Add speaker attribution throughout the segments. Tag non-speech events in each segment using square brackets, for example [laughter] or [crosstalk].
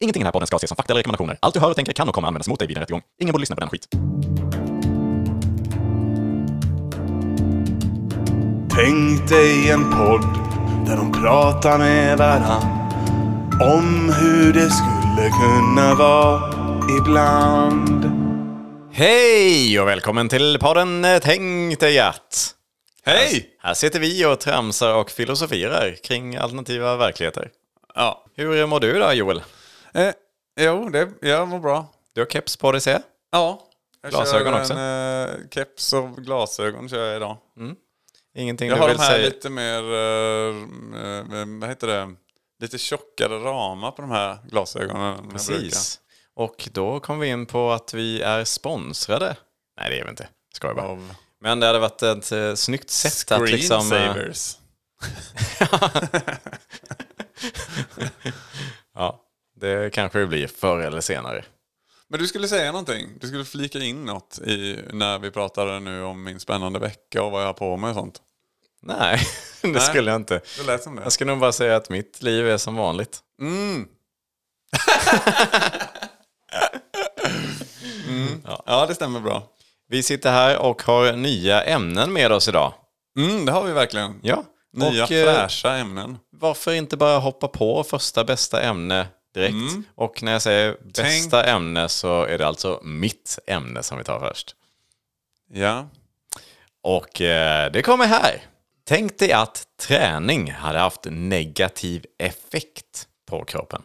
Speaker 1: Ingenting i den här podden ska ses som fakta eller rekommendationer. Allt du hör och tänker kan och kommer användas mot dig vid en rättegång. Ingen borde lyssna på den skit.
Speaker 2: Tänk dig en podd där de pratar med varann om hur det skulle kunna vara ibland.
Speaker 1: Hej och välkommen till podden eh, Tänk dig att.
Speaker 3: Hej!
Speaker 1: Här sitter vi och tramsar och filosoferar kring alternativa verkligheter.
Speaker 3: Ja.
Speaker 1: Hur mår du då Joel?
Speaker 3: Eh, jo, det jag mår bra.
Speaker 1: Du har keps på dig ser jag.
Speaker 3: Ja. Jag
Speaker 1: Glasögon
Speaker 3: kör
Speaker 1: också.
Speaker 3: En, eh, keps och glasögon kör jag idag.
Speaker 1: Ingenting
Speaker 3: Jag
Speaker 1: du
Speaker 3: har
Speaker 1: vill
Speaker 3: de här
Speaker 1: säga?
Speaker 3: lite mer, eh, eh, vad heter det, lite tjockare ramar på de här glasögonen. än jag
Speaker 1: Precis. Och då kom vi in på att vi är sponsrade. Nej det är vi inte. Skojar
Speaker 3: brukar.
Speaker 1: bara.
Speaker 3: Av
Speaker 1: Men det hade varit ett eh, snyggt sätt att liksom... eh,
Speaker 3: screensavers.
Speaker 1: ja, det kanske det blir förr eller senare.
Speaker 3: Men du skulle säga någonting. Du skulle flika in något i, när vi pratade nu om min spännande vecka och vad jag har på mig och sånt.
Speaker 1: Nej, [laughs] det skulle jag inte.
Speaker 3: Det lät som det.
Speaker 1: Jag skulle nog bara säga att mitt liv är som vanligt.
Speaker 3: Ja, det stämmer bra.
Speaker 1: Vi sitter här och har nya ämnen med oss idag.
Speaker 3: Mm, det har vi verkligen.
Speaker 1: Ja.
Speaker 3: Nya
Speaker 1: och, eh,
Speaker 3: fräscha ämnen.
Speaker 1: Varför inte bara hoppa på första bästa ämne direkt? Och när jag säger bästa ämne så är det alltså mitt ämne som vi tar först.
Speaker 3: Ja.
Speaker 1: Och eh, det kommer här. Tänk dig att träning hade haft negativ effekt på kroppen.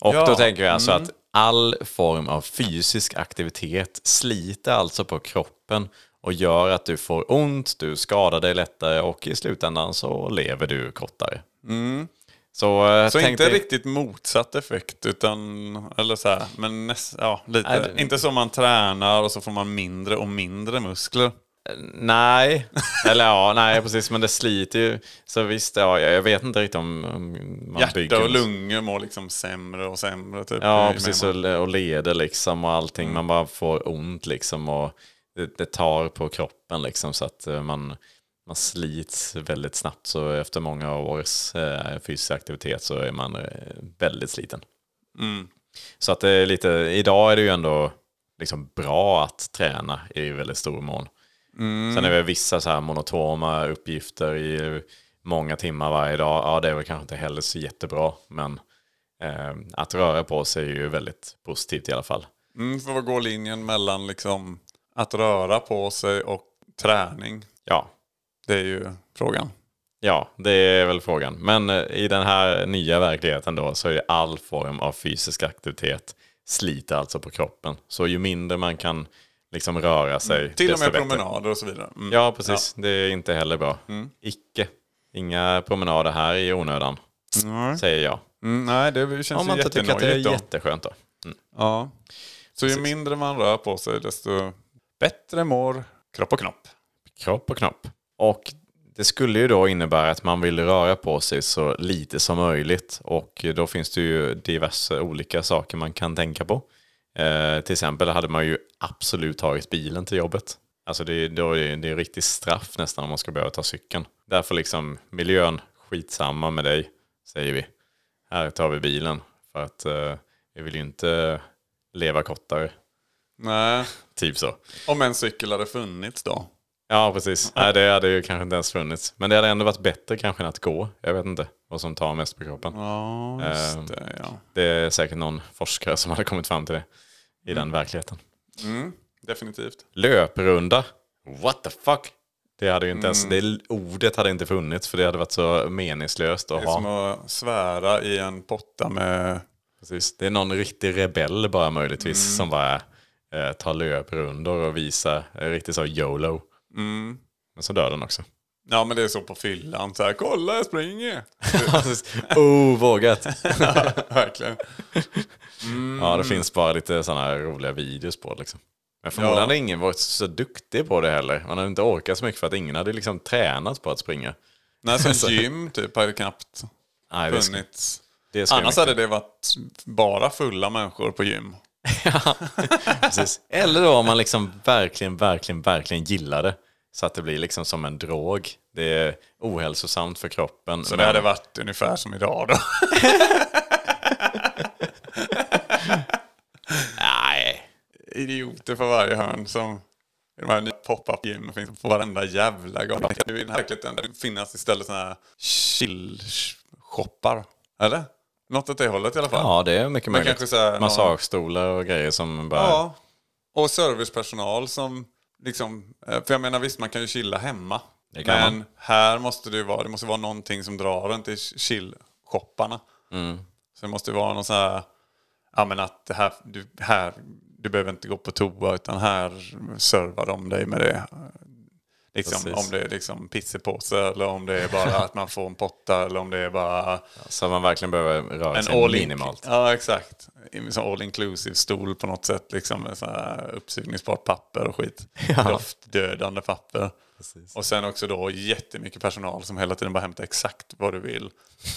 Speaker 1: Och
Speaker 3: Ja, Mm.
Speaker 1: då tänker jag alltså att all form av fysisk aktivitet sliter alltså på kroppen och gör att du får ont, du skadar dig lättare och i slutändan så lever du kortare. Så, eh,
Speaker 3: Mm. Så
Speaker 1: tänk
Speaker 3: inte
Speaker 1: dig-
Speaker 3: riktigt motsatt effekt utan, eller så här, men näst, ja, lite.
Speaker 1: Nej, det-
Speaker 3: Inte som man tränar och så får man mindre och mindre muskler. [laughs]
Speaker 1: Nej, eller ja, nej precis, men det sliter ju. Så visst, ja, jag jag vet inte riktigt om, om man
Speaker 3: Hjärta
Speaker 1: bygger...
Speaker 3: och lungor mår liksom sämre och sämre. Typ,
Speaker 1: Ja,
Speaker 3: Jag
Speaker 1: precis,
Speaker 3: menar.
Speaker 1: och, och leder liksom och allting. Man bara får ont liksom och det, det tar på kroppen liksom så att eh, man, man slits väldigt snabbt. Så efter många års eh, fysisk aktivitet så är man eh, väldigt sliten. Så att det är lite, idag är det ju ändå liksom bra att träna i väldigt stor mån. Sen är det vissa så här monotoma uppgifter i många timmar varje dag. Ja, det är väl kanske inte heller så jättebra, men eh, att röra på sig är ju väldigt positivt i alla fall.
Speaker 3: Mm, för vad går linjen mellan liksom att röra på sig och träning?
Speaker 1: Ja,
Speaker 3: Det är ju frågan.
Speaker 1: ja det är väl frågan. Men eh, i den här nya verkligheten då så är all form av fysisk aktivitet sliter alltså på kroppen. Så ju mindre man kan liksom röra sig,
Speaker 3: Mm, Till och
Speaker 1: desto
Speaker 3: med
Speaker 1: bättre.
Speaker 3: promenader och så vidare. Mm.
Speaker 1: Ja, precis. Det är inte heller bra. Icke. Inga promenader här i onödan,
Speaker 3: Nej.
Speaker 1: säger jag.
Speaker 3: Mm, nej, det känns
Speaker 1: Om man
Speaker 3: ju
Speaker 1: inte tycker att det är
Speaker 3: jättenojigt då.
Speaker 1: jätteskönt då.
Speaker 3: Ja. Så ju mindre man rör på sig desto bättre mår kropp och knopp.
Speaker 1: kropp och knopp. Och det skulle ju då innebära att man vill röra på sig så lite som möjligt och då finns det ju diverse olika saker man kan tänka på. Eh, till exempel hade man ju absolut tagit bilen till jobbet. Alltså det, är- då är det, det är riktigt straff nästan om man ska behöva ta cykeln. Därför liksom miljön, skitsamma med dig, säger vi. Här tar vi bilen för att eh, vi vill ju inte leva kortare,
Speaker 3: Nej.
Speaker 1: typ så.
Speaker 3: Om en cykel hade funnits då.
Speaker 1: Ja, precis. Nej, det hade ju kanske inte ens funnits. Men det hade ändå varit bättre kanske än att gå. Jag vet inte vad som tar mest på kroppen.
Speaker 3: Ja, just
Speaker 1: Ehm.
Speaker 3: det. Ja.
Speaker 1: Det är säkert någon forskare som hade kommit fram till det i
Speaker 3: Mm.
Speaker 1: den verkligheten.
Speaker 3: Definitivt.
Speaker 1: Löprunda. What the fuck? Det hade ju inte ens, det
Speaker 3: Mm.
Speaker 1: ordet hade inte funnits för det hade varit så meningslöst att
Speaker 3: Det är som
Speaker 1: ha.
Speaker 3: att svära i en potta med...
Speaker 1: Precis. Det är någon riktig rebell bara möjligtvis
Speaker 3: Mm.
Speaker 1: som bara eh, tar löprundor och visar eh, riktigt så YOLO. Men så dör den också.
Speaker 3: mm, Ja, men det är så på fyllan. Så här, kolla jag springer!
Speaker 1: oh, vågat.
Speaker 3: [laughs] Verkligen. Mm.
Speaker 1: Ja, det finns bara lite sådana här roliga videos på det, liksom. Men förmodligen
Speaker 3: Ja.
Speaker 1: hade ingen varit så duktig på det heller. Man hade inte orkat så mycket för att ingen hade liksom tränat på att springa. [laughs]
Speaker 3: Nej, så gym typ hade knappt
Speaker 1: Nej, det ska,
Speaker 3: funnits.
Speaker 1: det ska
Speaker 3: Annars hade det varit bara fulla människor på gym.
Speaker 1: precis. Eller då om man liksom verkligen, verkligen, verkligen gillar det. Så att det blir liksom som en drog. Det är ohälsosamt för kroppen.
Speaker 3: Så det hade varit ungefär som idag då. ju på varje hörn som i de här nya pop-up gym finns på varenda jävla gata. Nu är den här verkligheten där det finnas istället sådana här chill-shoppar. Eller? Något åt det hållet i alla fall.
Speaker 1: Ja, det är mycket
Speaker 3: Men
Speaker 1: möjligt.
Speaker 3: kanske så här, någon-
Speaker 1: Massagestolar och grejer som bara...
Speaker 3: Ja. Och servicepersonal som liksom, eh, för jag menar visst man kan ju chilla hemma.
Speaker 1: Det kan
Speaker 3: men
Speaker 1: man.
Speaker 3: här måste det ju vara, det måste vara någonting som drar en till chill-shopparna.
Speaker 1: Mm.
Speaker 3: Så det måste ju vara någon sån här, ja men att det här, du, här, du behöver inte gå på toa utan här servar de dig med det. Liksom,
Speaker 1: Precis.
Speaker 3: om det är liksom pissepåse eller om det
Speaker 1: [laughs]
Speaker 3: är bara att man får en potta eller om det är bara
Speaker 1: Så man verkligen behöver röra
Speaker 3: en
Speaker 1: sig
Speaker 3: all
Speaker 1: minimalt.
Speaker 3: Ja, exakt. En sån all inclusive stol på något sätt. Liksom med sån här uppsugningsbart papper och skit. Doftdödande papper. Och sen också då jättemycket personal som hela tiden bara hämtar exakt vad du vill.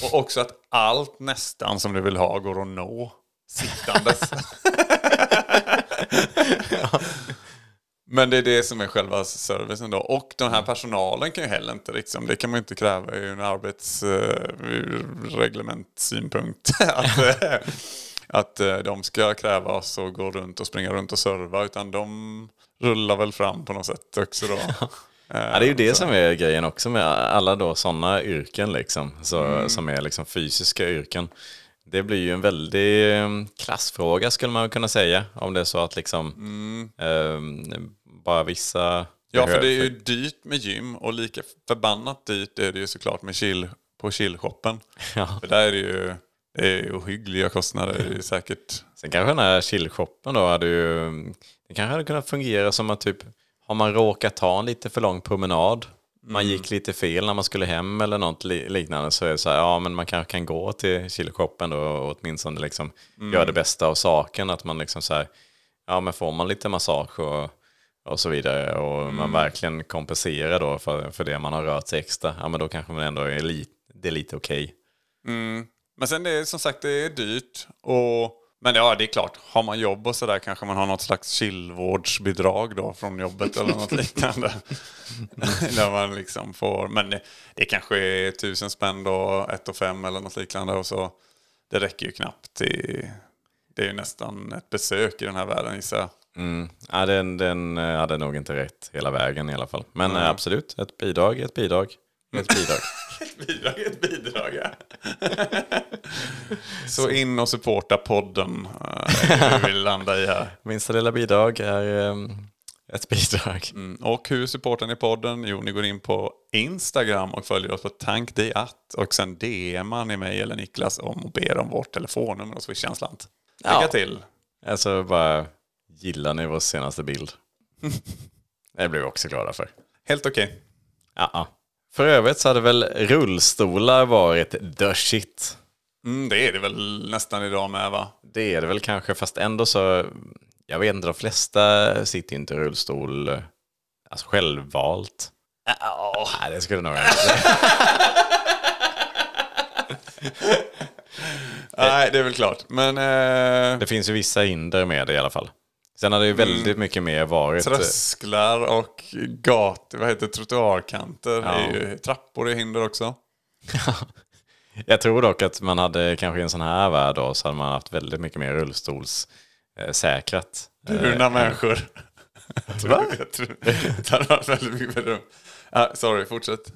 Speaker 3: Och också att allt nästan som du vill ha går att nå
Speaker 1: [laughs]
Speaker 3: sittandes. Men det är det som är själva servicen då. Och den här personalen kan ju heller inte liksom, det kan man ju inte kräva ur en arbetsreglementssynpunkt. [laughs] att, eh, att eh, de ska kräva oss att gå runt och springa runt och serva. Utan de rullar väl fram på något sätt också då. Eh,
Speaker 1: Ja, det är ju det
Speaker 3: Alltså.
Speaker 1: som är grejen också med alla då sådana yrken liksom, så,
Speaker 3: Mm.
Speaker 1: som är liksom fysiska yrken. Det blir ju en väldig eh, klassfråga skulle man kunna säga, om det är så att liksom ehm, bara vissa...
Speaker 3: Mm. Ja, för det är ju dyrt med gym och lika förbannat dyrt är det ju såklart med chill, på chillshoppen.
Speaker 1: [laughs] Ja.
Speaker 3: För där är det ju det är ju ohyggliga kostnader det är ju säkert.
Speaker 1: Sen kanske den här chillshoppen då hade ju... Den kanske hade kunnat fungera som att typ, har man råkat ta en lite för lång promenad, man gick lite fel när man skulle hem eller något li- liknande så är det så här, ja men man kanske kan gå till chillshoppen då och åtminstone liksom göra det bästa av saken. Att man liksom så här, ja men får man lite massage och, och så vidare och man verkligen kompenserar då för, för det man har rört sig extra, ja men då kanske man ändå är lite, det är lite okej.
Speaker 3: Men sen det är som sagt det är dyrt. Och, men ja, det är klart. Har man jobb och sådär kanske man har något slags chillvårdsbidrag då från jobbet eller något liknande. [laughs] Där man liksom får, men det, det kanske är tusen spänn då, ett och fem eller något liknande. Och så, det räcker ju knappt till, det är ju nästan ett besök i den här världen gissar jag.
Speaker 1: Mm. Ja, den, den eh, hade nog inte rätt hela vägen i alla fall. Men eh, absolut, ett bidrag, ett bidrag, ett bidrag.
Speaker 3: bidrag är ett bidrag, ja. [laughs] Så in och supporta podden. eh, är det vi vill landa i här.
Speaker 1: Minsta lilla bidrag är eh, ett bidrag.
Speaker 3: Mm. Och hur supportar ni podden? Jo, ni går in på Instagram och följer oss på tankdiat. Och sen DMar ni mig eller Niklas om och ber om vårt telefonnummer och swishar-slant. Lycka
Speaker 1: Ja.
Speaker 3: till!
Speaker 1: Alltså bara, gillar ni vår senaste bild? det blir vi också glada för.
Speaker 3: Helt okej.
Speaker 1: Ja, ja. För övrigt så hade väl rullstolar varit the shit.
Speaker 3: Mm, det är det väl nästan idag med va?
Speaker 1: Det är det väl kanske, fast ändå så, jag vet inte, de flesta sitter ju inte i rullstol eh, alltså självvalt. Nej, det skulle nog inte.
Speaker 3: Nej, det är väl klart. Men eh,
Speaker 1: Det finns ju vissa hinder med det i alla fall. Sen har det
Speaker 3: Mm.
Speaker 1: ju väldigt mycket mer varit.
Speaker 3: Trösklar och gator, vad heter det, trottoarkanter. Det är ju trappor är hinder också.
Speaker 1: eh, Jag tror dock att man hade kanske i en sån här värld då så hade man haft väldigt mycket mer rullstolssäkrat. Eh,
Speaker 3: Burna människor. [laughs] Jag tror, jag tror, det hade varit väldigt mycket bättre. Ah, sorry, fortsätt.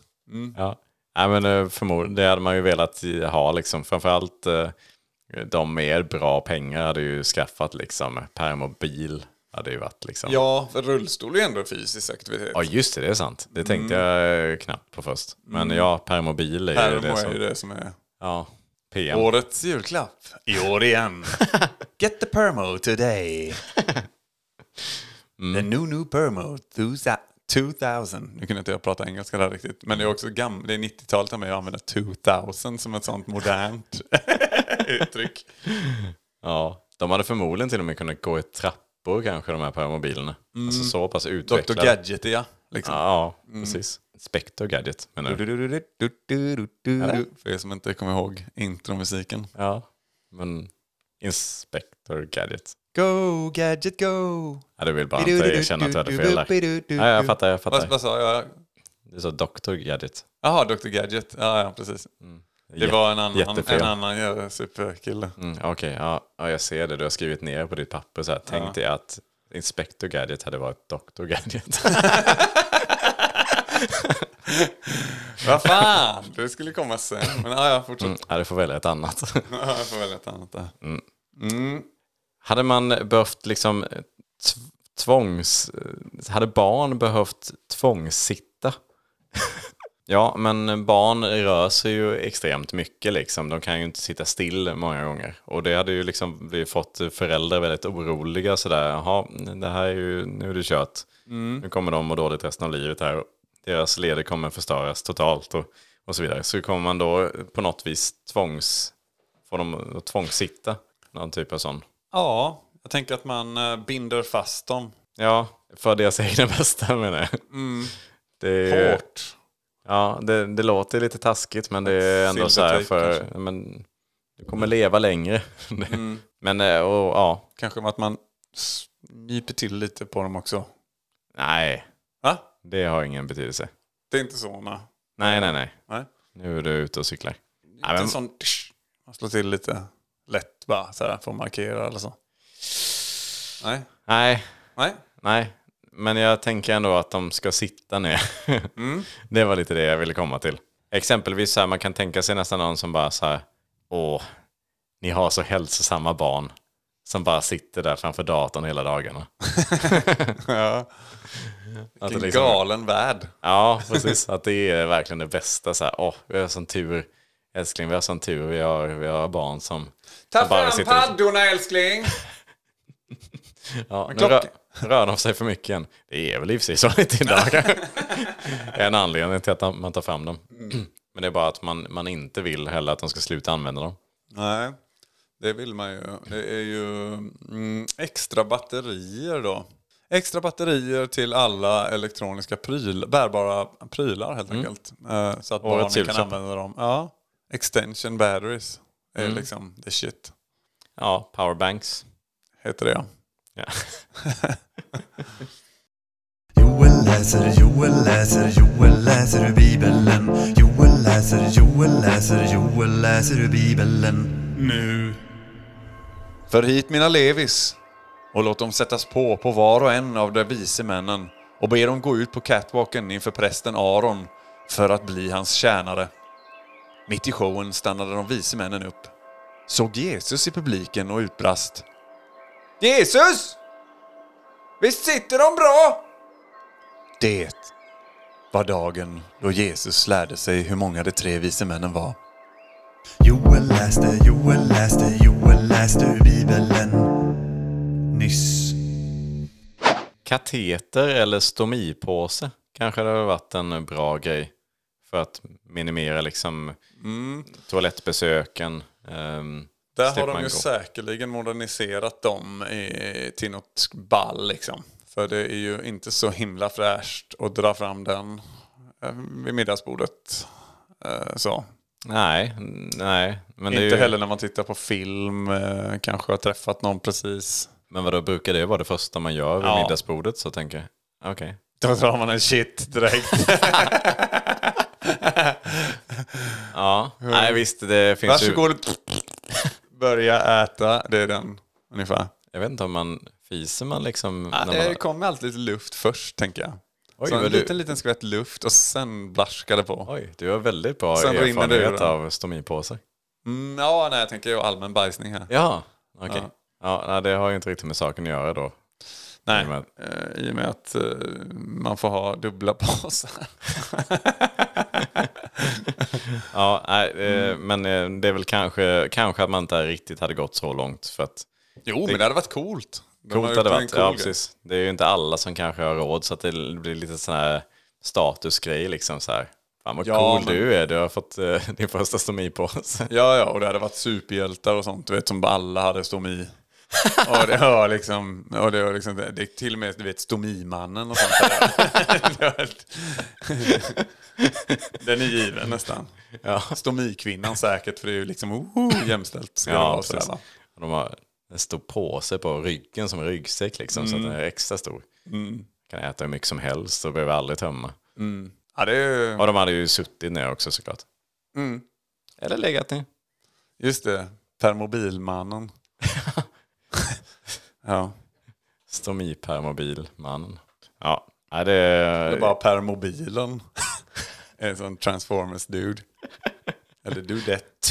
Speaker 1: Ja. Nej, men eh, förmodligen, det hade man ju velat i- ha liksom. Framförallt eh, de med bra pengar hade ju skaffat liksom permobil. Hade ju varit liksom.
Speaker 3: Ja, för rullstol är ju ändå en fysisk aktivitet.
Speaker 1: Ja, just det, det är sant. Det tänkte
Speaker 3: Mm.
Speaker 1: jag eh, knappt på först. Men ja, permobil är ju
Speaker 3: Pärmo
Speaker 1: det
Speaker 3: Mm. är ju
Speaker 1: som...
Speaker 3: det som är
Speaker 1: Ja, PM.
Speaker 3: årets julklapp. I år [laughs] igen. Get the permo [laughs] today. The new new permo 2000. Mm. Nu kunde inte jag prata engelska där riktigt. Men det är också gam- det är 90-talet med jag använder 2000 som ett sånt modernt [laughs] uttryck.
Speaker 1: Ja, de hade förmodligen till och med kunnat gå i trappor kanske de här permobilerna. Alltså så pass
Speaker 3: Dr
Speaker 1: utvecklade.
Speaker 3: Gadget ja. Liksom.
Speaker 1: Ja, ja, precis. Spectre Gadget menar du?
Speaker 3: Du-du-du-du-du-du-du-du. För er som inte kommer ihåg intromusiken.
Speaker 1: Ja, men Inspector Gadget.
Speaker 3: Go Gadget go!
Speaker 1: Ja, du vill bara inte erkänna att du hade fel där. Ja, jag fattar, jag
Speaker 3: Vad,
Speaker 1: fattar.
Speaker 3: vad sa jag?
Speaker 1: Du sa Dr Gadget.
Speaker 3: Jaha, Dr Gadget. Ja, ja precis. Det
Speaker 1: Jätte-
Speaker 3: var en annan,
Speaker 1: jättefel.
Speaker 3: en annan ja, superkille.
Speaker 1: Mm, Okej, ja, ja, jag ser det. Du har skrivit ner på ditt papper så här. Tänk dig att Inspector Gadget hade varit Dr. Gadget.
Speaker 3: Vad fan, det skulle komma sen. Men ja, ja, fortsätt.
Speaker 1: ja, du får välja ett annat.
Speaker 3: Ja, jag får välja ett annat där.
Speaker 1: Mm. Hade man behövt liksom eh, tv- tvångs... eh, Hade barn behövt tvångssitta? [laughs] ja, men barn rör sig ju extremt mycket liksom. De kan ju inte sitta still många gånger. Och det hade ju liksom vi fått föräldrar väldigt oroliga sådär. Jaha, det här är ju... Nu är det kört. Nu kommer de må dåligt resten av livet här. och Deras leder kommer förstöras totalt och, och så vidare. Så kommer man då på något vis tvångs... Får dem att tvångssitta? Någon typ av sån.
Speaker 3: Ja, jag tänker att man eh, binder fast dem
Speaker 1: Ja, för deras [laughs] egna bästa menar jag. Det, är-
Speaker 3: Mm. hårt.
Speaker 1: ja, det, det låter lite taskigt men det är ändå så här
Speaker 3: Silvertejp
Speaker 1: för... Men, du kommer leva längre. [laughs]
Speaker 3: Mm.
Speaker 1: Men eh, och, ja,
Speaker 3: Kanske med att man s- nyper till lite på dem också.
Speaker 1: nej,
Speaker 3: Va?
Speaker 1: det har ingen betydelse.
Speaker 3: Det är inte så, nej.
Speaker 1: Nej, nej, nej.
Speaker 3: nej.
Speaker 1: Nu är du ute och cyklar.
Speaker 3: Det är
Speaker 1: men-
Speaker 3: en sån... Man slår till lite lätt bara så här för att markera eller så. Nej,
Speaker 1: Nej,
Speaker 3: nej.
Speaker 1: nej. Men jag tänker ändå att de ska sitta ner. [laughs] Det var lite det jag ville komma till. Exempelvis så här, man kan tänka sig nästan någon som bara så här, åh, ni har så hälsosamma barn som bara sitter där framför datorn hela dagarna.
Speaker 3: Ja.
Speaker 1: Att det
Speaker 3: Vilken
Speaker 1: liksom-
Speaker 3: galen värld.
Speaker 1: Ja, precis. Att det är verkligen det bästa. Så här, åh, vi har sån tur. Älskling, vi har sån tur. Vi har, vi har barn som... som bara sitter-
Speaker 3: älskling!
Speaker 1: Ja, nu
Speaker 3: klockan-
Speaker 1: rör, rör de sig för mycket igen. Det är väl i och för sig så lite
Speaker 3: [laughs]
Speaker 1: idag. en anledning till att man tar fram dem. [clears throat] Men det är bara att man, man inte vill heller att de ska sluta använda dem.
Speaker 3: Nej, det vill man ju. Det är ju mm, extra batterier då. Extra batterier till alla elektroniska pryl, bärbara prylar helt
Speaker 1: Mm.
Speaker 3: enkelt. Eh, Så att barnen
Speaker 1: Årets
Speaker 3: kan
Speaker 1: julklapp.
Speaker 3: använda dem. Ja, extension batteries är
Speaker 1: Mm.
Speaker 3: liksom the shit.
Speaker 1: Ja, powerbanks.
Speaker 3: Heter det ja.
Speaker 1: Ja.
Speaker 4: Joel läser, Joel läser, Joel läser ur Bibeln. Joel läser, Joel läser, Joel läser ur Bibeln.
Speaker 2: Nu.
Speaker 3: För hit mina levis och låt dem sättas på på var och en av de vise männen och be dem gå ut på catwalken inför prästen Aron för att bli hans tjänare. Mitt i showen stannade de vise männen upp, såg Jesus i publiken och utbrast. Jesus! Visst sitter de bra? Det var dagen då Jesus lärde sig hur många de tre vise männen var.
Speaker 4: Joel läste, Joel läste, Joel läste ur Bibeln. Nyss.
Speaker 1: Kateter eller stomipåse kanske det hade varit en bra grej. För att minimera liksom toalettbesöken. ehm,
Speaker 3: Mm. Där har
Speaker 1: slipper
Speaker 3: de
Speaker 1: man
Speaker 3: ju
Speaker 1: gå.
Speaker 3: säkerligen moderniserat dem eh, till något ball liksom. För det är ju inte så himla fräscht att dra fram den eh, vid middagsbordet. Eh, så.
Speaker 1: Nej, nej. Men, det är
Speaker 3: Inte
Speaker 1: ju,
Speaker 3: heller när man tittar på film, eh, kanske har träffat någon precis.
Speaker 1: men vadå, brukar det vara det första man gör vid
Speaker 3: Ja.
Speaker 1: middagsbordet? Så tänker jag. Okej.
Speaker 3: Då drar man en shit
Speaker 1: [laughs]
Speaker 3: direkt.
Speaker 1: Ja, nej visst det finns ju...
Speaker 3: Varsågod. Börja äta, det är den ungefär.
Speaker 1: Jag vet inte om man fiser man liksom...
Speaker 3: Ja,
Speaker 1: när man...
Speaker 3: Ah, Eh, Det kommer alltid lite luft först tänker jag.
Speaker 1: Oj,
Speaker 3: så en
Speaker 1: vad du-
Speaker 3: liten, liten skvätt luft och sen blaskar det på.
Speaker 1: Oj, du har väldigt bra
Speaker 3: Sen rinner
Speaker 1: erfarenhet
Speaker 3: det ur
Speaker 1: av stomipåsar.
Speaker 3: Mm, ja, nej, jag tänker ju allmän bajsning här.
Speaker 1: Ja, okej.
Speaker 3: Ja.
Speaker 1: Ja. nej, det har ju inte riktigt med saken att göra då. i
Speaker 3: nej,
Speaker 1: och med att-
Speaker 3: eh, i och med att eh, man får ha dubbla [laughs] påsar.
Speaker 1: Ja, nej, eh,
Speaker 3: Mm.
Speaker 1: men eh, det är väl kanske, kanske att man inte riktigt hade gått så långt. För att
Speaker 3: Jo, men det hade varit coolt. De har
Speaker 1: coolt
Speaker 3: gjort
Speaker 1: hade
Speaker 3: en
Speaker 1: varit,
Speaker 3: cool
Speaker 1: ja
Speaker 3: grej.
Speaker 1: precis. Det är ju inte alla som kanske har råd så att det blir lite sån här statusgrej liksom så här. Fan vad
Speaker 3: Ja,
Speaker 1: cool
Speaker 3: men-
Speaker 1: du är, du har fått eh, [laughs] din första stomipåse.
Speaker 3: Ja, ja, och det hade varit superhjältar och sånt, du vet, som bara alla
Speaker 1: [laughs]
Speaker 3: hade stomi. och det var liksom, och det var liksom, det, det till och med, du vet, stomimannen och sånt där. [laughs] Det var- Den är given nästan.
Speaker 1: Ja.
Speaker 3: Stomikvinnan säkert, för det är ju liksom, oh, jämställt ska det
Speaker 1: Ja,
Speaker 3: vara. och sådär,
Speaker 1: precis.
Speaker 3: va?
Speaker 1: Och de har en stor påse på ryggen som en ryggsäck liksom, så att den är extra stor. Kan äta hur mycket som helst och behöver aldrig tömma.
Speaker 3: Ja, det är ju...
Speaker 1: Och de hade ju suttit ner också såklart. Eller legat ner. [laughs]
Speaker 3: Just det, permobilmannen. ja.
Speaker 1: Stomipermobilmannen. Ja, nej, det är...
Speaker 3: Det är bara
Speaker 1: [laughs]
Speaker 3: per mobilen. en sån Transformers dude. Eller dudette.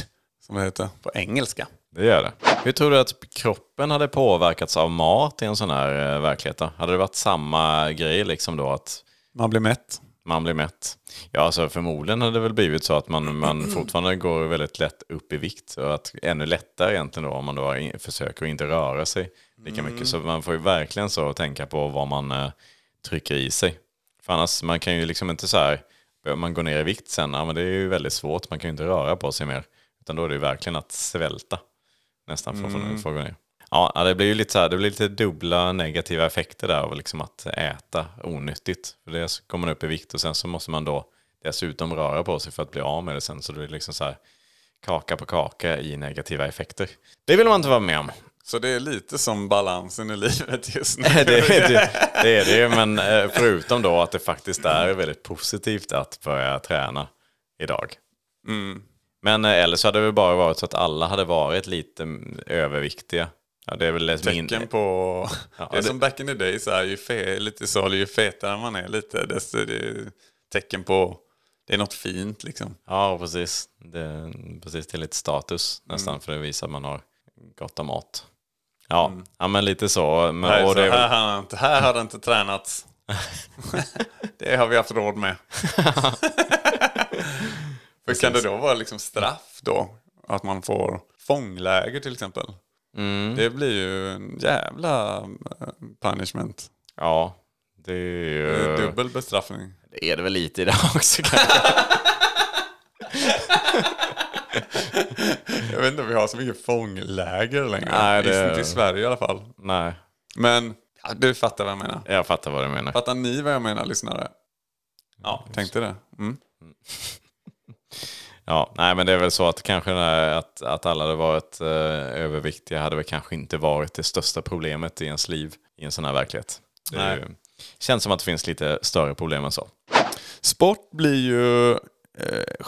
Speaker 3: Som det heter på engelska.
Speaker 1: Det gör det. Hur tror du att kroppen hade påverkats av mat i en sån här eh, verklighet? Då? Hade det varit samma grej liksom då att
Speaker 3: Man blir mätt.
Speaker 1: man blir mätt? Ja, alltså förmodligen hade det väl blivit så att man, man fortfarande går väldigt lätt upp i vikt och att ännu lättare egentligen då om man då in, försöker att inte röra sig lika mycket. Så man får ju verkligen så tänka på vad man eh, trycker i sig. För annars, man kan ju liksom inte så här, om man går ner i vikt sen, ja men det är ju väldigt svårt, man kan ju inte röra på sig mer. Utan då är det ju verkligen att svälta nästan för, mm. för att gå ner. Ja, ja, det blir ju lite så här, det blir lite dubbla negativa effekter där av liksom att äta onyttigt. För dels kommer man upp i vikt och sen så måste man då dessutom röra på sig för att bli av med det sen. Så det är liksom så här kaka på kaka i negativa effekter. Det vill man inte vara med om. [laughs]
Speaker 3: Så det är lite som balansen i livet just nu.
Speaker 1: det, [laughs] är det, det är det ju, men eh, förutom då att det faktiskt är väldigt positivt att börja träna idag. Men eh, eller så hade det väl bara varit så att alla hade varit lite mm, överviktiga. Ja, det är väl ett min-
Speaker 3: Tecken på...
Speaker 1: Ja,
Speaker 3: det är
Speaker 1: det-
Speaker 3: som back in the day, så här, ju, fe, lite så, ju fetare man är lite, desto det är tecken på... Det är något fint liksom.
Speaker 1: Ja, precis. Det, precis. Det är lite status nästan
Speaker 3: Mm.
Speaker 1: för det visar att man har gott om mat. Ja, ja men lite så. Men,
Speaker 3: Här,
Speaker 1: och
Speaker 3: Mm. så
Speaker 1: det är väl-
Speaker 3: här, har det inte, här har det
Speaker 1: [laughs]
Speaker 3: inte tränats. [laughs] det har vi haft råd med. För kan det då vara liksom straff då? Att man får fångläger till exempel.
Speaker 1: Mm.
Speaker 3: Det blir ju en jävla eh, punishment.
Speaker 1: ja, det är ju...
Speaker 3: Det är Dubbel bestraffning.
Speaker 1: Det är det väl lite i det [laughs] här också kanske.
Speaker 3: Jag vet inte om vi har så mycket fångläger längre.
Speaker 1: Nej, det-
Speaker 3: Just inte i Sverige i alla fall.
Speaker 1: Nej,
Speaker 3: Men ja, du fattar vad jag menar.
Speaker 1: jag fattar vad du menar.
Speaker 3: Fattar ni vad jag menar lyssnare? Ja, tänkte det. Mm.
Speaker 1: Ja, nej men det är väl så att kanske den här, att, att alla hade varit eh, överviktiga hade väl kanske inte varit det största problemet i ens liv i en sån här verklighet. Det är
Speaker 3: Nej.
Speaker 1: ju, känns som att det finns lite större problem än så.
Speaker 3: Sport blir ju eh,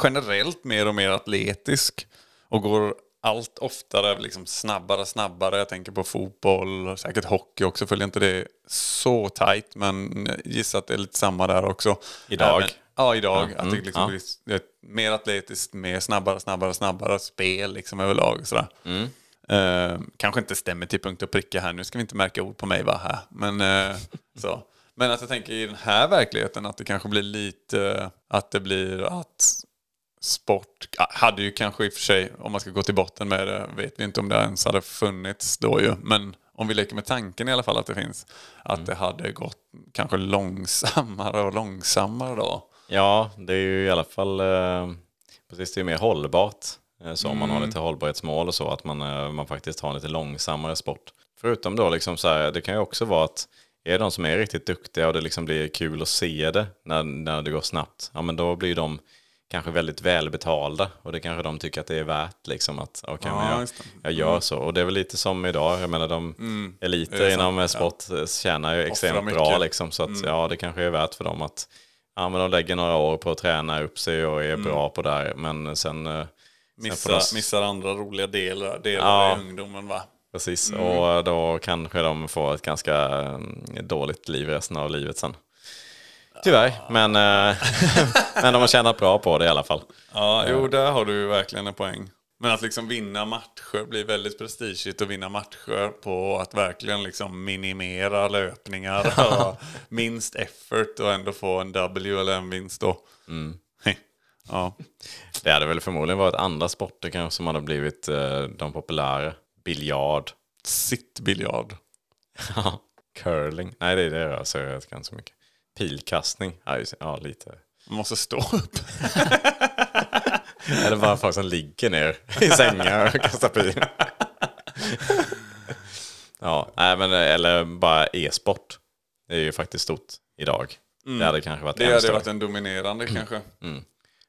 Speaker 3: generellt mer och mer atletisk och går allt oftare liksom snabbare snabbare. Jag tänker på fotboll, säkert hockey också. Följer inte det så tajt men gissar att det är lite samma där också.
Speaker 1: Idag.
Speaker 3: Även, ja, idag.
Speaker 1: Ja,
Speaker 3: Att det
Speaker 1: mm,
Speaker 3: liksom
Speaker 1: ja.
Speaker 3: blir s- eh, mer atletiskt, mer snabbare, snabbare, snabbare spel liksom överlag. och Sådär.
Speaker 1: Mm.
Speaker 3: Eh, kanske inte stämmer till punkt och pricka här, nu ska vi inte märka ord på mig va? Här. Men, eh, [laughs] så. Men att jag tänker i den här verkligheten att det kanske blir lite att det blir att sport ah, hade ju kanske i och för sig, om man ska gå till botten med det, vet vi inte om det ens hade funnits då ju. Men om vi leker med tanken i alla fall att det finns, att
Speaker 1: Mm.
Speaker 3: det hade gått kanske långsammare och långsammare då.
Speaker 1: Ja, det är ju i alla fall eh, precis det är ju mer hållbart. eh, Så om man
Speaker 3: Mm.
Speaker 1: har lite hållbarhetsmål och så, att man, eh, man faktiskt har en lite långsammare sport. Förutom då, liksom så här, det kan ju också vara att är det de som är riktigt duktiga och det liksom blir kul att se det när, när det går snabbt, ja men då blir de kanske väldigt välbetalda och det kanske de tycker att det är värt liksom att okej
Speaker 3: Ja,
Speaker 1: men jag,
Speaker 3: just det.
Speaker 1: jag gör så. Och det är väl lite som idag, jag menar de eliter
Speaker 3: Mm. det är
Speaker 1: inom
Speaker 3: sant,
Speaker 1: sport eh, tjänar ju extremt bra
Speaker 3: mycket. Mm.
Speaker 1: liksom så att ja det kanske är värt för dem att ja, men de lägger några år på att träna upp sig och
Speaker 3: Mm.
Speaker 1: är bra på det här. Men sen... eh, sen får
Speaker 3: Missar,
Speaker 1: de-
Speaker 3: missar andra roliga delar, delar
Speaker 1: Ja.
Speaker 3: i ungdomen va?
Speaker 1: Precis,
Speaker 3: Mm.
Speaker 1: och eh, då kanske de får ett ganska eh, dåligt liv resten av livet sen. Tyvärr, men, eh, [laughs] men de har tjänat bra på det i alla fall.
Speaker 3: Ja, jo där har du ju verkligen en poäng. Men att liksom vinna matcher blir väldigt prestigigt att vinna matcher på att verkligen liksom minimera löpningar [laughs] och minst effort och ändå få en W eller en vinst då. [laughs] ja.
Speaker 1: Det hade väl förmodligen varit andra sporter kanske som hade blivit eh, de populära. Biljard,
Speaker 3: Sitt biljard.
Speaker 1: curling. Nej, det är det alltså, jag ser ganska mycket. Pilkastning, ja, just, ja lite.
Speaker 3: Man måste stå upp.
Speaker 1: Eller bara folk som ligger ner i sängar och kastar pil. ja, nej, men, eller bara e-sport. Det är ju faktiskt stort idag. Det hade kanske varit
Speaker 3: Mm. Det
Speaker 1: ännu
Speaker 3: hade
Speaker 1: större.
Speaker 3: varit en dominerande kanske.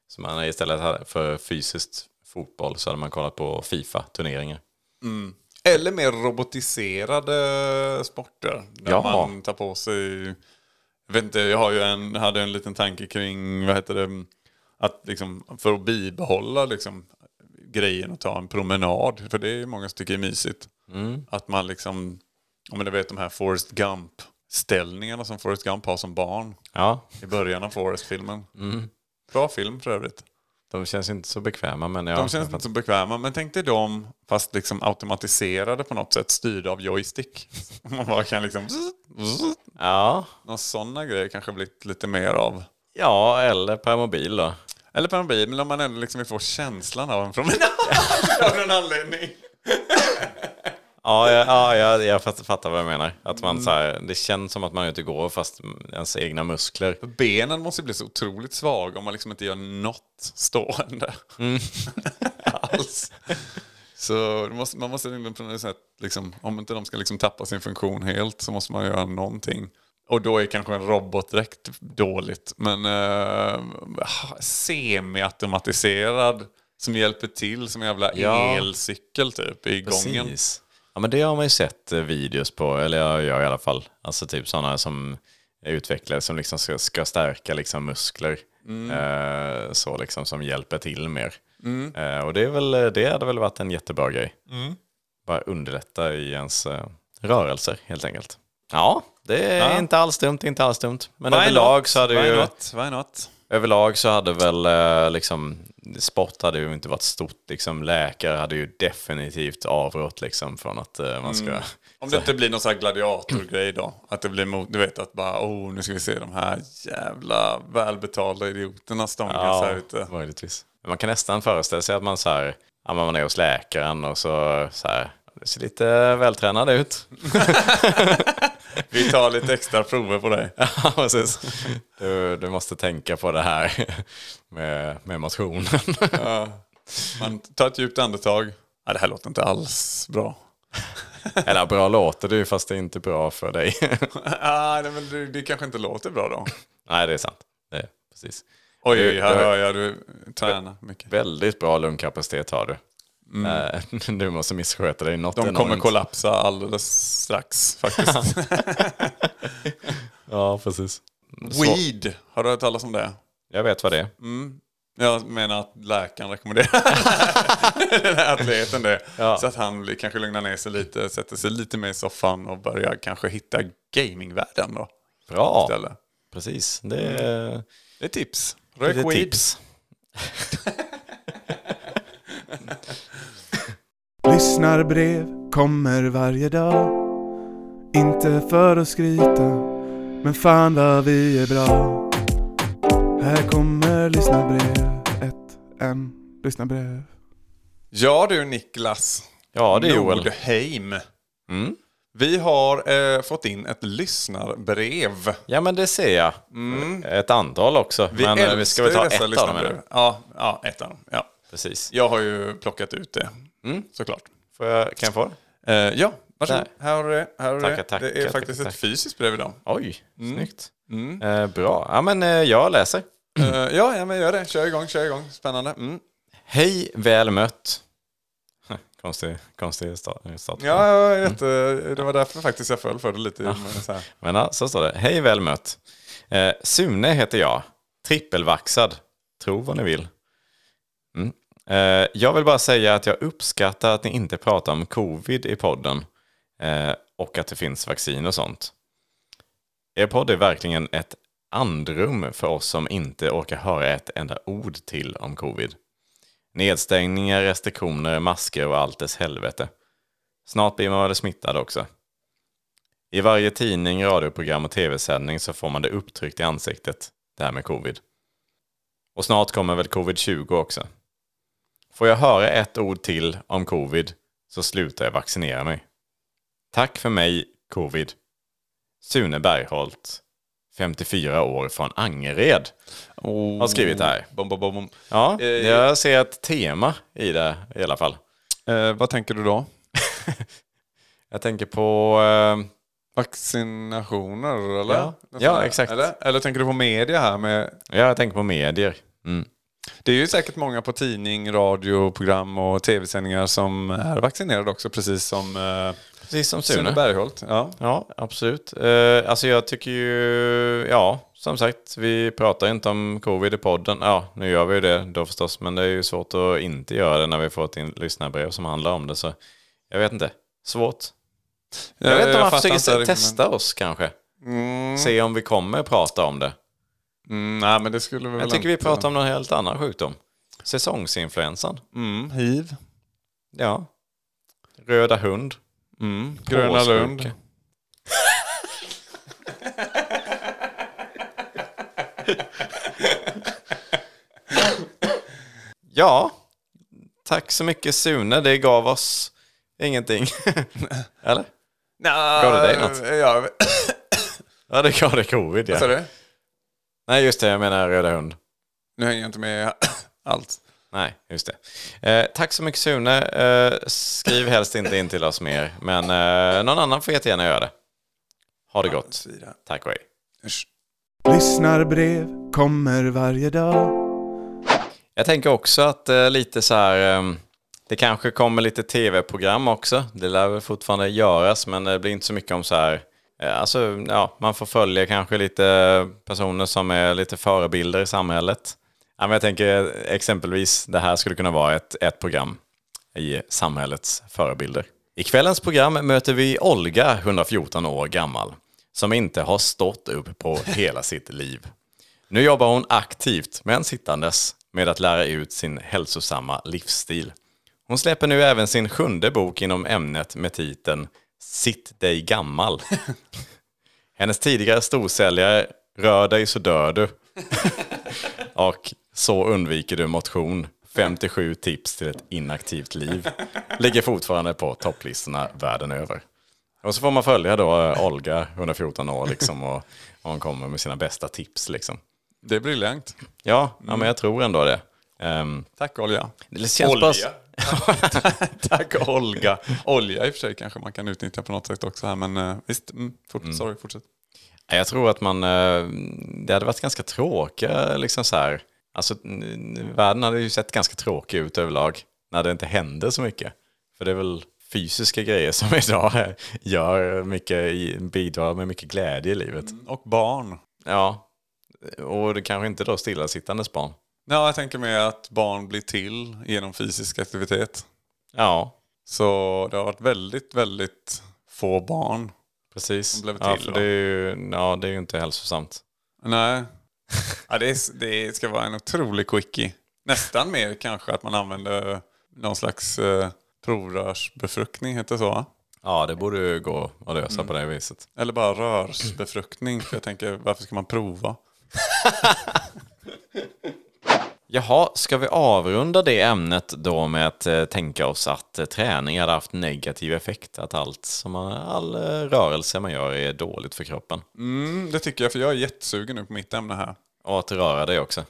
Speaker 1: Så man istället hade- för fysiskt fotboll så hade man kollat på Fifa-turneringar.
Speaker 3: Eller mer robotiserade sporter. Där
Speaker 1: Ja.
Speaker 3: man tar på sig... Jag, vet inte, jag har ju en, hade en liten tanke kring, vad heter det, att liksom, för att bibehålla liksom, grejen att ta en promenad. För det är ju många som tycker är mysigt. Att man liksom Ja, men du vet de här Forrest Gump-ställningarna som Forrest Gump har som barn
Speaker 1: Ja,
Speaker 3: i början av Forrest-filmen. Bra film för övrigt.
Speaker 1: de känns inte så bekväma men ja.
Speaker 3: De känns inte så bekväma, men tänk dig dem fast liksom automatiserade på något sätt, styrda av joystick. [laughs] Man bara kan liksom... [laughs]
Speaker 1: Ja,
Speaker 3: Några sådana grejer kanske blivit lite mer av.
Speaker 1: ja eller per mobil då.
Speaker 3: Eller på en bil, men om man ändå liksom vill få känslan av en promenad. [laughs] av någon anledning.
Speaker 1: Ja, jag, ja, jag, jag fatt- fattar vad du menar. Att man, så här, det känns som att man är ute och går fast ens egna muskler.
Speaker 3: Benen måste ju bli så otroligt svaga om man liksom inte gör något stående.
Speaker 1: Mm.
Speaker 3: [laughs] Alls. Så det måste, man måste rimligen på något sätt, liksom, om inte de ska liksom tappa sin funktion helt så måste man göra någonting. Och då är kanske en robotdräkt dåligt. Men eh, semi-automatiserad som hjälper till som en jävla
Speaker 1: Ja.
Speaker 3: elcykel typ i gången.
Speaker 1: Precis. Ja men det har man ju sett eh, videos på, eller jag gör i alla fall. Alltså typ sådana som är utvecklare som liksom ska, ska stärka liksom muskler. Eh, så liksom som hjälper till mer. Eh, och det, är väl, det hade väl varit en jättebra grej. Bara underlätta i ens eh, rörelser helt enkelt. Ja, det är
Speaker 3: Ja.
Speaker 1: inte alls dumt, inte alls dumt. Men
Speaker 3: Why
Speaker 1: överlag
Speaker 3: not?
Speaker 1: så hade
Speaker 3: Why
Speaker 1: ju...
Speaker 3: not? Why not?
Speaker 1: Överlag så hade väl eh, liksom, sport hade ju inte varit stort. Liksom, läkare hade ju definitivt avrått liksom, från att eh, man [laughs] ska...
Speaker 3: Om det inte blir någon sån här gladiatorgrej då. Att det blir mot, du vet att bara oh nu ska vi se de här jävla välbetalda idioterna stångas här ute.
Speaker 1: möjligtvis. Men Man kan nästan föreställa sig att man, så här, ja, men man är hos läkaren och så, så här, det ser lite vältränad ut. [laughs]
Speaker 3: Vi tar lite extra prover på dig.
Speaker 1: Ja, precis. Du, du måste tänka på det här [laughs] med, med motionen.
Speaker 3: Man tar ett djupt andetag. Ja, det här låter inte alls bra.
Speaker 1: [laughs]
Speaker 3: [laughs]
Speaker 1: Eller bra låter det ju fast det är inte bra för dig. [laughs]
Speaker 3: Ah, nej, men det, det kanske inte låter bra då.
Speaker 1: Nej, det är sant. Det är, precis.
Speaker 3: Oj,
Speaker 1: Du-
Speaker 3: oj, här
Speaker 1: du-
Speaker 3: hör jag du tränar mycket.
Speaker 1: Väldigt bra lungkapacitet har du. Eh, [laughs] Du måste missköta dig något
Speaker 3: Mm. De
Speaker 1: enormt.
Speaker 3: kommer kollapsa alldeles strax faktiskt.
Speaker 1: Ja, precis.
Speaker 3: Weed, har du hört talas om det?
Speaker 1: Mm,
Speaker 3: Mm.
Speaker 1: Jag vet vad det är.
Speaker 3: Jag menar att läkaren rekommenderar [laughs] den här atleten det. Så att han blir- kanske lugnar ner sig lite, sätter sig lite mer i soffan och börjar kanske hitta gamingvärlden då.
Speaker 1: Bra,
Speaker 3: Istället.
Speaker 1: precis. Det är,
Speaker 3: Mm. Det är tips.
Speaker 1: det
Speaker 3: Rök
Speaker 1: är
Speaker 3: weed.
Speaker 1: tips.
Speaker 2: Lyssnarbrev kommer varje dag. Inte för att skryta, men fan vad vi är bra. Här kommer lyssnarbrev, ett, en, lyssnarbrev.
Speaker 3: Ja du Niklas
Speaker 1: Ja, det är Joel. Mm.
Speaker 3: Nordheim. Vi har eh, fått in ett lyssnarbrev. Mm.
Speaker 1: Ja, men det ser jag. Ett antal också.
Speaker 3: Vi
Speaker 1: men eh, vi ska väl ta
Speaker 3: älskar ju
Speaker 1: ett
Speaker 3: dessa
Speaker 1: av dem.
Speaker 3: lyssnarbrev.
Speaker 1: eller?
Speaker 3: Ja, ja, ett av dem. Ja.
Speaker 1: Precis.
Speaker 3: Jag har ju plockat ut det, såklart.
Speaker 1: Får jag, kan jag få det?
Speaker 3: Eh, ja, varsågod.
Speaker 1: Där.
Speaker 3: Här har du det. Här har du
Speaker 1: Tackar,
Speaker 3: det.
Speaker 1: tackar,
Speaker 3: det är faktiskt
Speaker 1: tackar,
Speaker 3: ett fysiskt brev idag.
Speaker 1: Oj,
Speaker 3: Mm.
Speaker 1: snyggt. Eh, bra. Ja, men eh, jag läser.
Speaker 3: Eh, ja, ja, men gör det. Kör igång, kör igång. Spännande. Mm.
Speaker 1: Hej, väl mött. [laughs] Konstig, konstig start. start.
Speaker 3: Ja, ja, jätte, det var därför faktiskt jag föll för det lite. men Så här.
Speaker 1: Men ja, så står det. Hej väl mött. Eh, Sune heter jag. Trippelvaxad. Tro vad ni vill. Mm. Eh, jag vill bara säga att jag uppskattar att ni inte pratar om covid i podden. Eh, och att det finns vaccin och sånt. Er podd är verkligen ett andrum för oss som inte orkar höra ett enda ord till om covid. Nedstängningar, restriktioner, masker och allt dess helvete. Snart blir man väl smittad också. I varje tidning, radioprogram och tv-sändning så får man det upptryckt i ansiktet, det här med covid. Och snart kommer väl covid-20 också. Får jag höra ett ord till om covid så slutar jag vaccinera mig. Tack för mig, covid. Sune Bergholt, 54 år från Angered,
Speaker 3: Oh.
Speaker 1: har skrivit det här.
Speaker 3: Bom, bom, bom, bom.
Speaker 1: Ja,
Speaker 3: Eh,
Speaker 1: jag ser ett tema i det i alla fall.
Speaker 3: Eh, vad tänker du då?
Speaker 1: Jag tänker på... Eh,
Speaker 3: Vaccinationer, eller?
Speaker 1: Ja.
Speaker 3: Något
Speaker 1: Ja,
Speaker 3: sånt där.
Speaker 1: exakt.
Speaker 3: Eller? eller tänker du på media här? Med,
Speaker 1: ja, jag tänker på medier. Mm.
Speaker 3: det är ju säkert många på tidning, radio, program och tv-sändningar som är vaccinerade också, precis som eh,
Speaker 1: Precis som
Speaker 3: Sune Bergholt. Ja.
Speaker 1: Ja, absolut. Eh, alltså jag tycker ju, ja, som sagt, vi pratar ju inte om covid i podden. Ja, nu gör vi ju det då förstås, men det är ju svårt att inte göra det när vi får ett in- lyssnarbrev som handlar om det. Så jag vet inte, svårt. Jag vet inte om han
Speaker 3: Eh, fattar
Speaker 1: försöker
Speaker 3: inte
Speaker 1: se-
Speaker 3: riktigt,
Speaker 1: testa oss kanske.
Speaker 3: men- Mm,
Speaker 1: Se om vi kommer prata om det.
Speaker 3: mm, nej, men det skulle vi väl
Speaker 1: Jag tycker vi
Speaker 3: inte-
Speaker 1: pratar om någon helt annan sjukdom. Säsongsinfluensan.
Speaker 3: mm, hiv,
Speaker 1: Ja. Röda hund.
Speaker 3: mm, Gröna
Speaker 1: Påssjuka.
Speaker 3: Lund.
Speaker 1: Ja, tack så mycket Sune. Det gav oss ingenting. [laughs] Eller?
Speaker 3: Nå,
Speaker 1: Gav det dig något?
Speaker 3: Ja,
Speaker 1: Ja, det gav det covid
Speaker 3: vad sa
Speaker 1: ja.
Speaker 3: du?
Speaker 1: Nej, just det. Jag menar röda hund.
Speaker 3: Nu hänger jag inte med [coughs] allt.
Speaker 1: Nej, just det. Eh, tack så mycket Sune. Eh, skriv helst inte in till oss mer, men eh, någon annan får jättegärna göra det. Ha det gott.
Speaker 3: Svida.
Speaker 1: Tack och hej.
Speaker 3: Usch.
Speaker 2: Lyssnarbrev kommer varje dag.
Speaker 1: Jag tänker också att eh, lite så här, ehm, det kanske kommer lite tv-program också. Det lär väl fortfarande göras, men det blir inte så mycket om så här, eh, alltså ja, man får följa kanske lite personer som är lite förebilder i samhället. Ja, men jag tänker eh, exempelvis, det här skulle kunna vara ett, ett program i samhällets förebilder. I kvällens program möter vi Olga, 114 år gammal, som inte har stått upp på hela sitt liv. Nu jobbar hon aktivt, men sittandes, med att lära ut sin hälsosamma livsstil. Hon släpper nu även sin sjunde bok inom ämnet med titeln Sitt dig gammal. Hennes tidigare storsäljare Rör dig så dör du och Så undviker du motion. 57 tips till ett inaktivt liv. Ligger fortfarande på topplistorna världen över. Och så får man följa då eh, Olga, 114 år, liksom, och, och hon kommer med sina bästa tips. Liksom.
Speaker 3: Det är briljant.
Speaker 1: Ja, ja,
Speaker 3: Mm.
Speaker 1: men jag tror ändå det. Ehm,
Speaker 3: Tack Olja.
Speaker 1: det känns
Speaker 3: Olja.
Speaker 1: bara...
Speaker 3: [laughs] Tack Olga. Olja i och för sig kanske man kan utnyttja på något sätt också här, men eh, visst. Mm, fort, Sorry, fortsätt.
Speaker 1: Nej, Jag tror att man, eh, det hade varit ganska tråkiga, liksom så här. Alltså, n- världen hade ju sett ganska tråkig ut överlag när det inte hände så mycket. För det är väl fysiska grejer som [laughs] idag eh, gör mycket, i- bidrar med mycket glädje i livet.
Speaker 3: Mm, Och barn.
Speaker 1: Ja, och det kanske inte då stillasittandes barn.
Speaker 3: Ja, jag tänker mig att barn blir till genom fysisk aktivitet.
Speaker 1: Ja,
Speaker 3: Så det har varit väldigt, väldigt få barn.
Speaker 1: precis.
Speaker 3: De blev
Speaker 1: ja,
Speaker 3: till,
Speaker 1: för
Speaker 3: va?
Speaker 1: det är ju, ja, det är ju inte hälsosamt.
Speaker 3: Nej. [laughs] Ja, det, är, det ska vara en otrolig quickie. Nästan mer kanske att man använder någon slags eh, provrörsbefruktning, heter det så? va?
Speaker 1: Ja, det borde ju gå att
Speaker 3: Mm.
Speaker 1: lösa på det viset.
Speaker 3: Eller bara rörsbefruktning. För jag tänker, varför ska man prova?
Speaker 1: Jaha, ska vi avrunda det ämnet då med att eh, tänka oss att eh, träning hade haft negativ effekt? Att allt som man, all eh, rörelse man gör är dåligt för kroppen?
Speaker 3: Mm, det tycker jag, för jag är jättesugen nu på mitt ämne här.
Speaker 1: Och att röra dig också?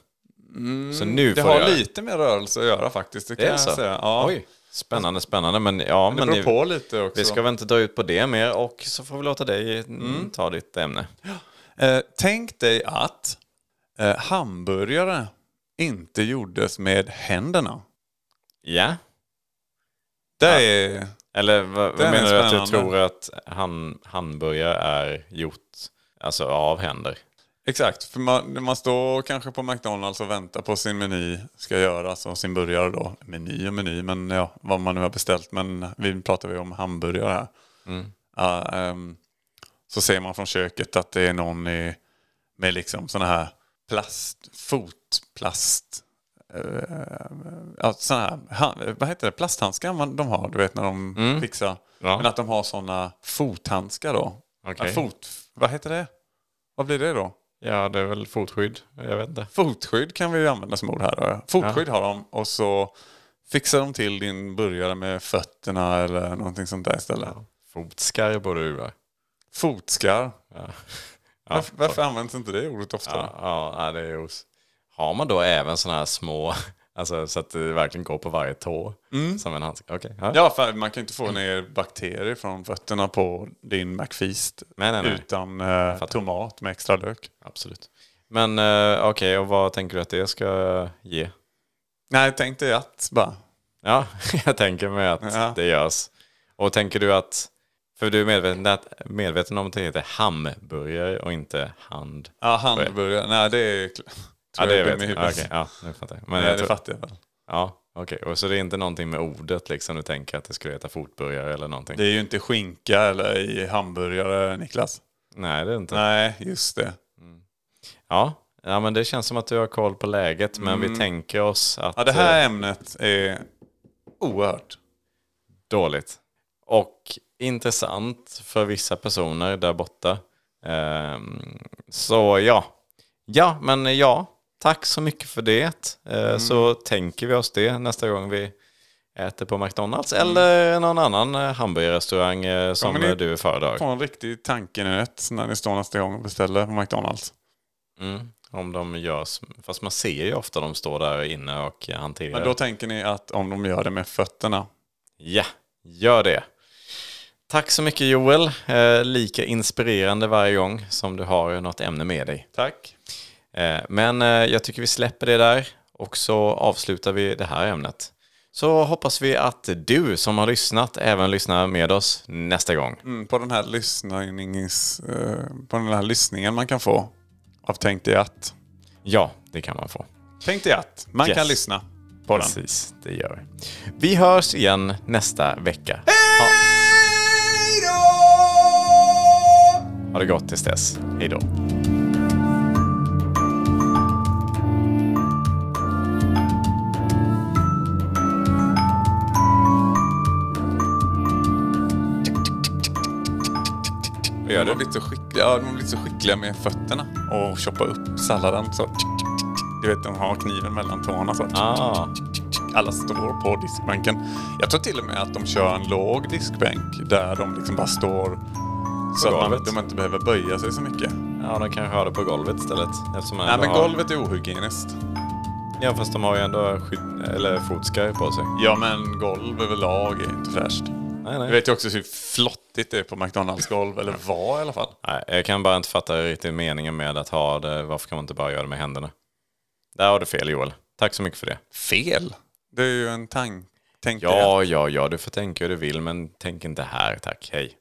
Speaker 1: Så nu
Speaker 3: Mm, Det
Speaker 1: får
Speaker 3: har
Speaker 1: jag...
Speaker 3: lite med rörelse att göra faktiskt, det kan
Speaker 1: Det är
Speaker 3: jag
Speaker 1: så?
Speaker 3: säga. Ja.
Speaker 1: Oj, spännande, spännande. Men ja,
Speaker 3: Det
Speaker 1: men
Speaker 3: beror
Speaker 1: ni,
Speaker 3: på lite också.
Speaker 1: vi ska väl inte dra ut på det mer och så får vi låta dig mm, ta ditt ämne.
Speaker 3: Eh, tänk dig att eh, hamburgare inte gjordes med händerna.
Speaker 1: Ja,
Speaker 3: Det är...
Speaker 1: eller vad,
Speaker 3: Det är
Speaker 1: vad menar du att du
Speaker 3: spännande.
Speaker 1: tror att han, hamburgare är gjort alltså, av händer?
Speaker 3: Exakt, för man, när man står kanske på McDonalds och väntar på sin meny ska göras och sin burgare då. Meny och meny, men ja, vad man nu har beställt. Men vi pratar vi om hamburgare här.
Speaker 1: Mm.
Speaker 3: Ja, ehm, så ser man från köket att det är någon i, med liksom sådana här plast, fotplast, eh, ja, såna här, han- vad heter det, plasthandskar man, de har, du vet när de fixar.
Speaker 1: Mm. Ja.
Speaker 3: Men att de har sådana fothandskar då.
Speaker 1: Okej.
Speaker 3: Ja, fot, vad heter det? Vad blir det då?
Speaker 1: Ja, det är väl fotskydd. Jag vet inte.
Speaker 3: Fotskydd kan vi ju använda som ord här. då. Fotskydd har de och så fixar de till din burgare med fötterna eller någonting sånt där istället.
Speaker 1: Fotskarv borde du vara.
Speaker 3: Fotskar.
Speaker 1: Ja.
Speaker 3: varför, varför används inte det ordet oftare?
Speaker 1: Ja, ja, ja, det är os. Har man då även sådana här små, [laughs] alltså så att det verkligen går på varje tå? Som en handske? Okej. ja.
Speaker 3: Mm. Ja, för man kan ju inte få ner bakterier från fötterna på din McFeast
Speaker 1: Nej, nej, nej.
Speaker 3: utan eh, tomat med extra lök.
Speaker 1: Absolut. Men eh, okej, och vad tänker du att det ska ge?
Speaker 3: Nej, tänk dig att bara.
Speaker 1: Ja, [laughs] jag tänker mig att
Speaker 3: Ja.
Speaker 1: det görs. Och tänker du att, för du är medveten, att- medveten om att det heter hamburgare och inte hand?
Speaker 3: Ja, hamburgare. Nej, det är...
Speaker 1: Ja,
Speaker 3: tror
Speaker 1: det
Speaker 3: jag är
Speaker 1: vet
Speaker 3: dum i
Speaker 1: jag.
Speaker 3: huvudet.
Speaker 1: Okej, ja, nu fattar jag. Men
Speaker 3: Nej,
Speaker 1: jag
Speaker 3: det
Speaker 1: tror,
Speaker 3: fattar jag väl.
Speaker 1: ja, Okej, och så det är inte någonting med ordet liksom du tänker att det skulle heta fotburgare eller någonting?
Speaker 3: Det är ju inte skinka eller i hamburgare, Niklas.
Speaker 1: Nej, det är inte.
Speaker 3: Nej, just det.
Speaker 1: Ja. ja, men det känns som att du har koll på läget, men vi tänker oss att...
Speaker 3: Mm. Ja, det
Speaker 1: eh,
Speaker 3: här ämnet är oerhört.
Speaker 1: Dåligt. Och intressant för vissa personer där borta. Ehm, så ja. Ja, men ja. Tack så mycket för det. Eh,
Speaker 3: Mm.
Speaker 1: Så tänker vi oss det nästa gång vi äter på McDonalds eller någon annan eh, hamburgerrestaurang eh, som
Speaker 3: Mm. men det-
Speaker 1: eh, du föredrar.
Speaker 3: Få en riktig tankenöt när ni står nästa gång och beställer på McDonalds.
Speaker 1: Mm. Om de görs, fast man ser ju ofta de står där inne och hanterar.
Speaker 3: Men då tänker ni att om de gör det med fötterna.
Speaker 1: Ja, gör det. Tack så mycket Joel. Eh, lika inspirerande varje gång som du har något ämne med dig.
Speaker 3: Tack.
Speaker 1: Eh, men eh, jag tycker vi släpper det där och så avslutar vi det här ämnet. Så hoppas vi att du som har lyssnat även lyssnar med oss nästa gång.
Speaker 3: Mm, på, den här lyssnings, eh, på den här lyssningen man kan få av Tänk dig att.
Speaker 1: Ja, det kan man få.
Speaker 3: Tänk dig att. Man
Speaker 1: Yes.
Speaker 3: kan lyssna på den.
Speaker 1: Precis, det gör vi. Vi hörs igen nästa vecka. Ha, ha det gott tills dess. Hej då.
Speaker 3: Vi har blivit så skickliga, ja, de har blivit så skickliga med fötterna och choppa upp salladen så. Du vet, de har kniven mellan tårna så.
Speaker 1: Ah,
Speaker 3: Alla står på diskbänken. Jag tror till och med att de kör en låg diskbänk där de liksom bara står så att man,
Speaker 1: golvet.
Speaker 3: de inte behöver böja sig så mycket.
Speaker 1: ja, de kanske har det på golvet istället. Eftersom man
Speaker 3: Nej,
Speaker 1: ändå
Speaker 3: men
Speaker 1: har-
Speaker 3: golvet är ohygieniskt.
Speaker 1: Ja, fast de har ju ändå skydd, eller fotskarv på sig.
Speaker 3: Ja, men golv överlag är inte fräscht.
Speaker 1: Nej,
Speaker 3: Du
Speaker 1: nej.
Speaker 3: vet ju också hur flottigt det är på McDonalds-golv, eller var i alla fall.
Speaker 1: nej. Jag kan bara inte fatta riktigt meningen med att ha det. Varför kan man inte bara göra det med händerna? Där har du fel Joel. Tack så mycket för det.
Speaker 3: Fel? Det är ju en tank... Tänk dig att-
Speaker 1: Ja, ja, ja, du får tänka hur du vill, men tänk inte här, tack. Hej.